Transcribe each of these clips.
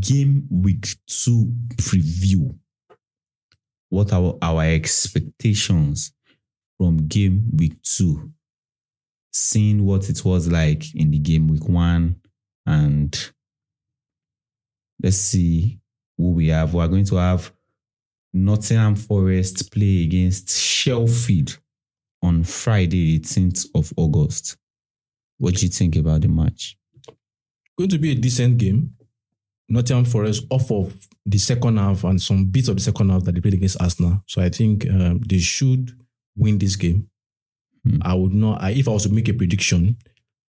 game week two preview. What are our expectations from game week two? Seeing what it was like in the game week one, and let's see who we have. We are going to have Nottingham Forest play against Sheffield on Friday, 18th of August. What do you think about the match? Going to be a decent game. Nottingham Forest off of the second half and some bits of the second half that they played against Arsenal. So I think um, they should win this game. Hmm. I would not, I, if I was to make a prediction,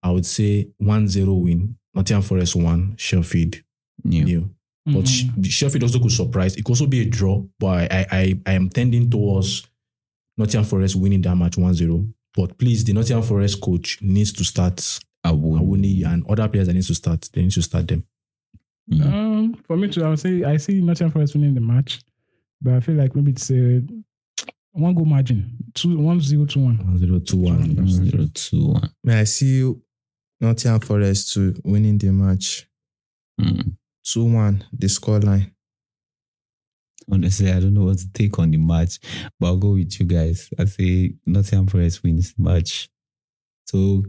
I would say 1 0 win, Nottingham Forest 1, Sheffield Yeah. nil. But Sh- Sheffield also could surprise. It could also be a draw, but I, I, I am tending towards Nottingham Forest winning that match 1 0. But please, the Nottingham Forest coach needs to start I would. Awuni and other players that need to start. They need to start them. Yeah. Um, for me too, I would say I see Nottingham Forest winning the match, but I feel like maybe it's a one goal margin, two one zero to one. 1 0 2 1. Zero, two, one. May I see Nottingham Forest to winning the match Mm. two one the scoreline. Honestly, I don't know what to take on the match, but I'll go with you guys. I say Nottingham Forest wins the match. So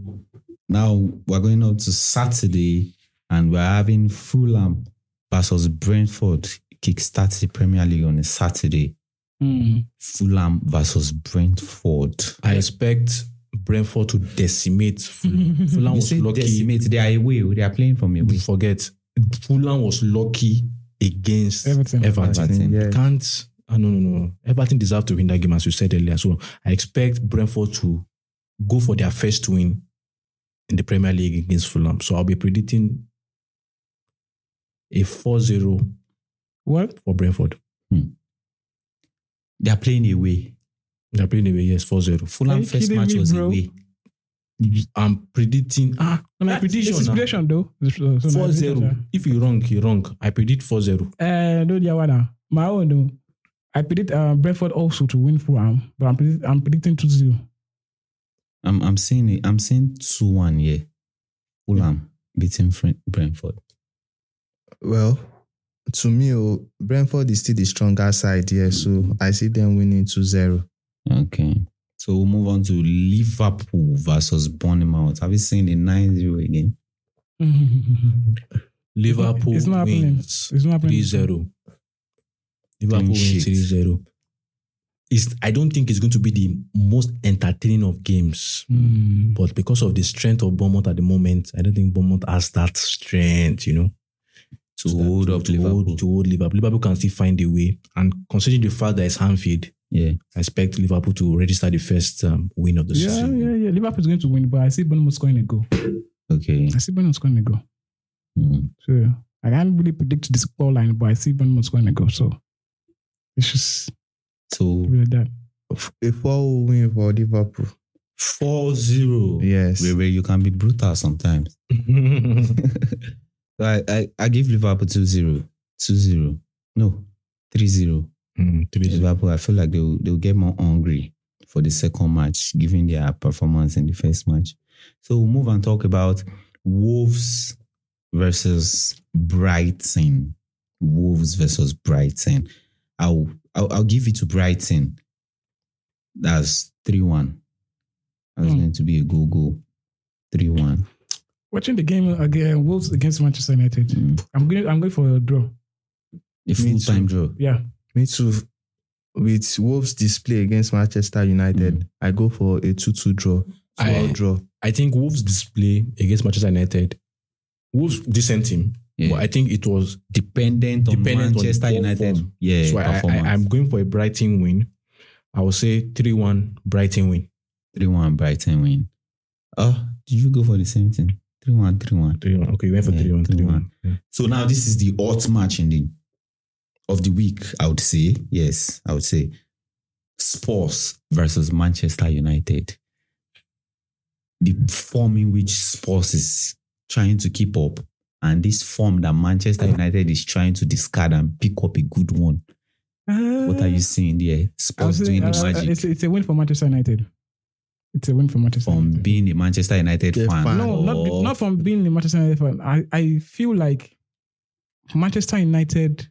now we're going up to Saturday and we're having Fulham versus Brentford kickstart the Premier League on a Saturday. Mm-hmm. Fulham versus Brentford. I expect Brentford to decimate Fulham. Fulham You was say lucky. decimate, they are away. They are playing from away. Forget. Fulham was lucky against Everton. Everton. Mm. Everton. Yeah. Can't. ah, no, no, no. Everton deserve to win that game, as you said earlier. So I expect Brentford to go for their first win in the Premier League against Fulham. So I'll be predicting a 4 0 What? for Brentford. Hmm. They are playing away. They're playing away, yes, 4 0. Fulham Are you first kidding match me, was bro? away. I'm predicting. Ah, no, my prediction. It's now. prediction though. It's- so my 4 0. prediction. If you're wrong, you're wrong. I predict 4 0. Uh, no, the one now. My own though. I predict uh, Brentford also to win Fulham, but I'm, predict- I'm predicting 2 0. I'm I'm saying it. I'm saying two one. Yeah, Fulham beating Fren- Brentford. Well, to me, oh, Brentford is still the stronger side here, so I see them winning 2-0. Okay. So we'll move on to Liverpool versus Bournemouth. Have you seen the 9-0 again? Liverpool It's not happening. wins It's not happening. 3 0. Liverpool Clean wins sheet. 3 0. I don't think it's going to be the most entertaining of games, Mm. but because of the strength of Bournemouth at the moment, I don't think Bournemouth has that strength, you know, To So that- hold up to Liverpool. Hold, to hold Liverpool. Liverpool can still find a way. And considering the fact that it's Hanfield, Yeah. I expect Liverpool to register the first um, win of the Yeah, season. yeah, yeah. Liverpool's going to win, but I see Bournemouth scoring a goal. Okay. I see Bournemouth scoring a goal. Mm. So I can't really predict the score line, but I see Bournemouth going to go. So it's just So really that. F- A 4 win for Liverpool. 4-0. Yes. Where, where you can be brutal sometimes. So I, I, I give Liverpool 2-0. 2-0. No, 3-0. Mm, to be- Liverpool, I feel like they'll they'll get more hungry for the second match, given their performance in the first match. So we'll move and talk about Wolves versus Brighton. Wolves versus Brighton. I'll I'll, I'll give it to Brighton. That's three one. That's Hmm. going to be a go go. Three one. Watching the game uh, again, Wolves against Manchester United. Mm. I'm going. I'm going for a draw. A full time too. draw. Yeah. Me too. With Wolves' display against Manchester United, I go for a 2-2 draw. I- Small draw. I think Wolves' display against Manchester United, Wolves decent team, Yeah. but I think it was. Dependent on Dependent on Manchester the goal United. form. Yeah, so I, I, performance. I'm going for a Brighton win. I will say three one Brighton win. Three one Brighton win. Oh, did you go for the same thing? Three one, three one. Three one. Okay, you went for Yeah, three one. Three 3-1. one. So now this is the odd match in the of the week, I would say. Yes, I would say. Spurs versus Manchester United. The form in which Spurs is trying to keep up, and this form that Manchester United is trying to discard and pick up a good one. What are you seeing there? I'm Spurs saying, doing Mm. uh, the uh, magic it's, it's a win for Manchester United. It's a win for Manchester. from United. being a Manchester United The fan. fan. No, not, or- not from being a Manchester United fan. I, I feel like Manchester United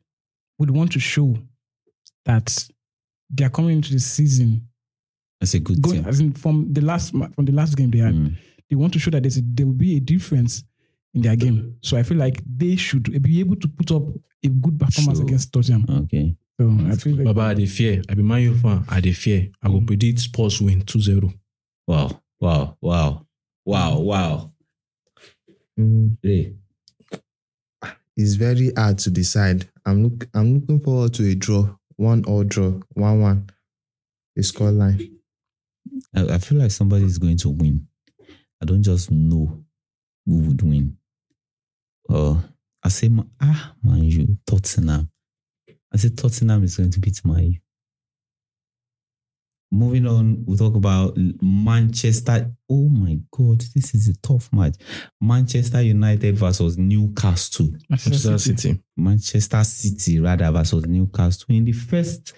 would want to show that they are coming into the season That's a good going team. as in from the last ma- from the last game they had. Mm. They want to show that there's a, there will be a difference in their game. So I feel like they should be able to put up a good performance Sure. against Tottenham. Okay. So I feel like Baba, I dey fear. I be Man U fan. I dey fear. I go Mm. predict Spurs win 2-0. Wow. Wow. Wow. Wow. Wow. Mm, Hey. It's very hard to decide. I'm look. I'm looking forward to a draw, one or draw, one one. The scoreline. I, I feel like somebody is going to win. I don't just know who would win. Uh, I say, Ma- ah, man, you Tottenham. I say Tottenham is going to beat Man U. Moving on, we talk about Manchester. Oh my God, this is a tough match. Manchester United versus Newcastle. Manchester City. City. Manchester City rather versus Newcastle in the first.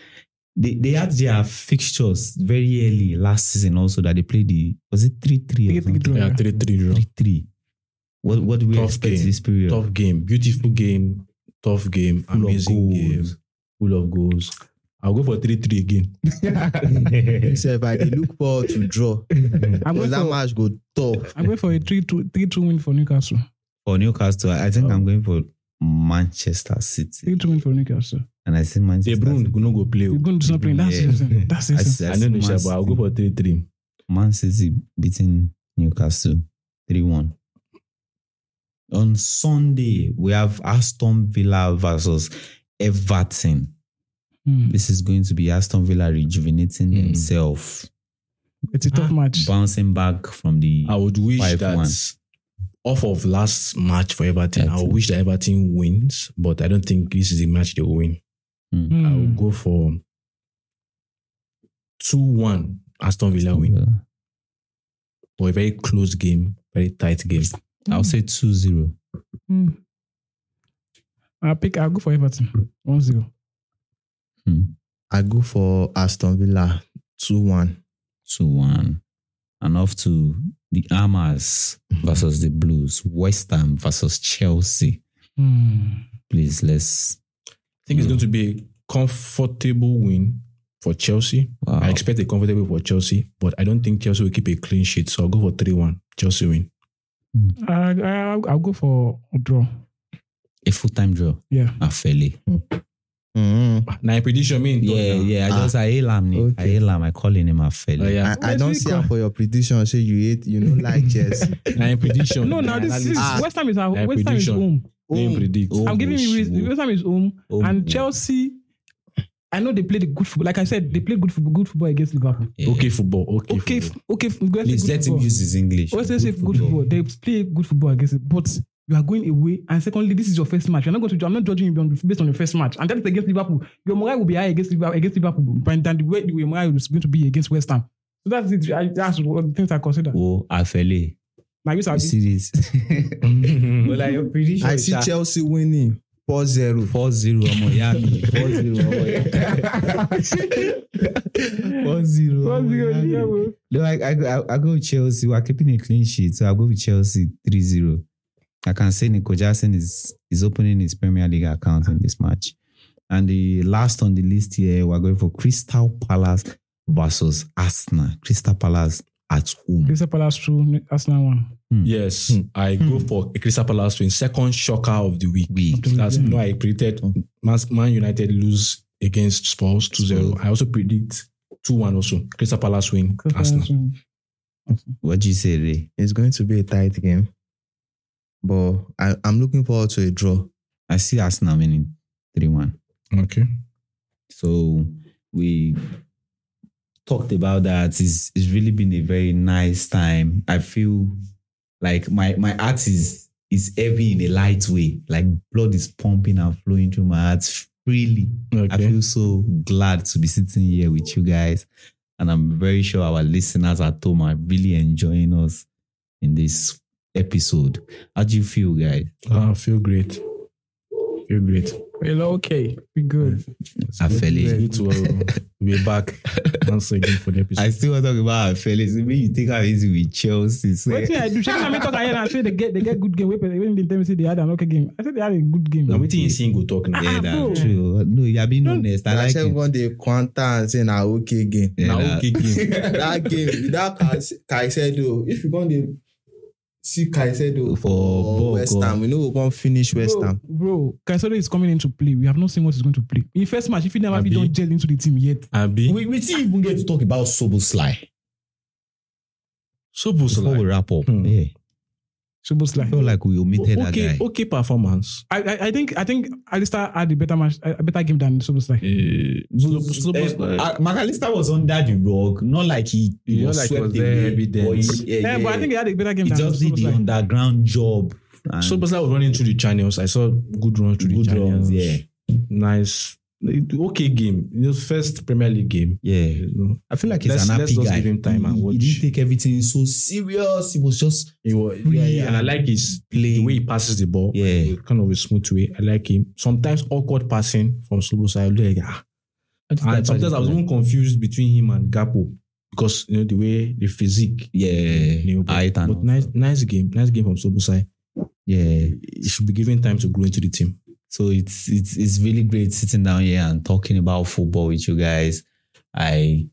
They, they had their fixtures very early last season also that they played the was it three three Three- three- three. Yeah, 3-3 draw. three three. What what do we Tough expect game. this period? Tough game. Beautiful game. Tough game. Full of Amazing game. goals. Full of goals. I'll go for 3-3 again. So if I dey look forward to draw, I'm because going that for- match go tough. I'm going for a 3-2 3-2 win for Newcastle. For Newcastle, I think Um, I'm going for Manchester City, 3-2 win for Newcastle. and I say Manchester. De Bruyne City. no go play. We're oh. going to stop playing. That's Yeah. it. That's I, it. say- I I don't know, say sha, Man but I'll go City- for 3-3. Man City beating Newcastle 3 1. On Sunday, we have Aston Villa versus Everton. Hmm. This is going to be Aston Villa rejuvenating Mm. themselves, It's a tough Ah, match. bouncing back from the. I would wish Five, that one. off of last match for Everton, I Everton. would wish that Everton wins, but I don't think this is the match they will win. Mm. I will Hmm. go for 2-1 Aston Villa win. Or a very close game, very tight game. I'll say 2 0. Hmm. I'll pick. I'll go for Everton. 1-0. Hmm. I go for Aston Villa two one. 2 1. And off to the Amas versus the Blues, West Ham versus Chelsea. Hmm. Please, let's. I think it's Mm. going to be a comfortable win for Chelsea. Wow. I expect a comfortable for Chelsea, but I don't think Chelsea will keep a clean sheet. So I'll go for 3 1. Chelsea win. I, I, I'll- I'll go for a draw. a full time draw. Yeah. Afele. Mm-hmm. Now, I Ah, prediction mean. Yeah, yeah. I Ah. just I hail him. Nick. I Okay. hail him. I calling him a Oh, failure. yeah. I, I don't Where's see Rico? am for your prediction. Say you hate, you don't like Chelsea. Now, in prediction. No, now this is Ah. West Ham is our Yeah, West Ham is prediction. home. Then predict. Oh, I'm giving you reason. shit. West Ham is home, Home, and home. Chelsea. I know they played a good football. Like I said, they played good football. Good football against Liverpool. Yeah. Okay, football. Okay. Okay, football. f- okay. f- West Ham Please good let him football. use his English. West Ham say good football. They play good football against it, but you are going away. And secondly, this is your first match. You're not going to. I'm not judging you on- based on your first match, and that is against Liverpool. Your morale will be high against Liverpool. Against Liverpool, than the way the way morale is going to be against West Ham. So that's it. I, that's what the things I consider. Oh, Afele. Now you You see this? well, like, I'm pretty I see Chelsea winning 4-0. 4 0. Yeah, 4 0. No, I, I, go- I, I go with Chelsea. We're keeping a clean sheet, so I'll go with Chelsea 3 0. I can say Nico Jackson is, is opening his Premier League account in this match. And the last on the list here, we're going for Crystal Palace versus Arsenal. Crystal Palace at home. Crystal Palace two, Arsenal one. yes, Hmm. I go Hmm. for a Crystal Palace win. Second shocker of the week. We. That's no, I predicted Hmm. Man Man United lose against Spurs 2 0. I also predict 2 1 also. Crystal Palace win. Crystal Arsenal. Palace win. What do you say, Ray? It's going to be a tight game. But I, I'm looking forward to a draw. I see Arsenal winning 3 1. Okay. So we talked about that. It's, it's really been a very nice time. I feel like my my heart is is heavy in a light way. Like blood is pumping and flowing through my heart freely. I Okay. feel so glad to be sitting here with you guys. And I'm very sure our listeners at home are really enjoying us in this episode. How do you feel, guys? Ah, I feel great. You're great. Well, okay, we good. Afele. You too. We're back. Once again for the I episode. still want to talk about Felix. Maybe you take how easy with Chelsea. What Say, I do? Shall I talk ahead and say they get they get good game? Wait, when they tell me say they had an okay game, I said they had a good game. Non, Now, waiting in single talk now. yeah, bro. that's true. Ah, No, you have been honest. I I like check it. one day Quanta and say na okay game. Yeah, Now, nah. okay, game. that game without Caice- Caicedo, if you go dey see Caicedo For for ball, West go. Ham, we no go come finish West Bro, Ham. bro, Caicedo is coming into play. We have not seen what he's going to play. In first match, if he Ah, never Abi. be don't gel into the team yet, Abi. We, we didn't even get to talk about Soboslai So, Bruce, before like, we wrap up. Hmm. Yeah. Shubos I like. feel like we omitted okay, that guy. okay performance. I, I I think I think Alistair had a better match, a better game than Shubos like. Eh, Uh, so, so, Uh, McAllister was under the rug, not like he, he eh. Yeah, was like it swept was away. there, evidence. or he- yeah, Yeah, Eh, but I yeah. think he had a better game he than just did the Szoboszlai. underground job. And so Basla was running through the channels. I saw good runs through good the channels. runs, yeah, Nice. Okay game. It was first Premier League game. yeah. You know, I feel like he's Let's- an happy let's just guy. give him time he, and watch. he didn't take everything so serious. He was just He was, Free yeah, yeah, and I and like his the playing. way he passes the ball. Yeah. kind of a smooth way. I like him. Sometimes awkward passing from Slobosai. I was like, ah. And sometimes I was even confused between him and Gapo because you know the way the physique. yeah, you know, height but, and but nice, nice game, nice game from Slobosai. yeah. He should be given time to grow into the team. So it's it's it's really great sitting down here and talking about football with you guys. I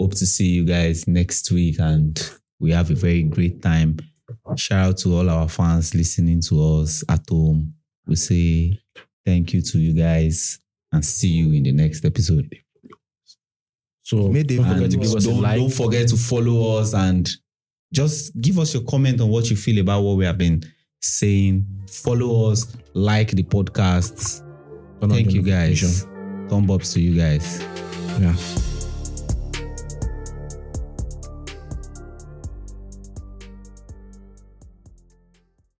hope to see you guys next week and we have a very great time. Shout out to all our fans listening to us at home. We say thank you to you guys and see you in the next episode. So May they don't forget And to give us a don't, like. don't forget to follow us and just give us your comment on what you feel about what we have been saying. Follow us, like the podcasts. Turn on Thank the you notification. guys. Thumb ups to you guys. Yeah.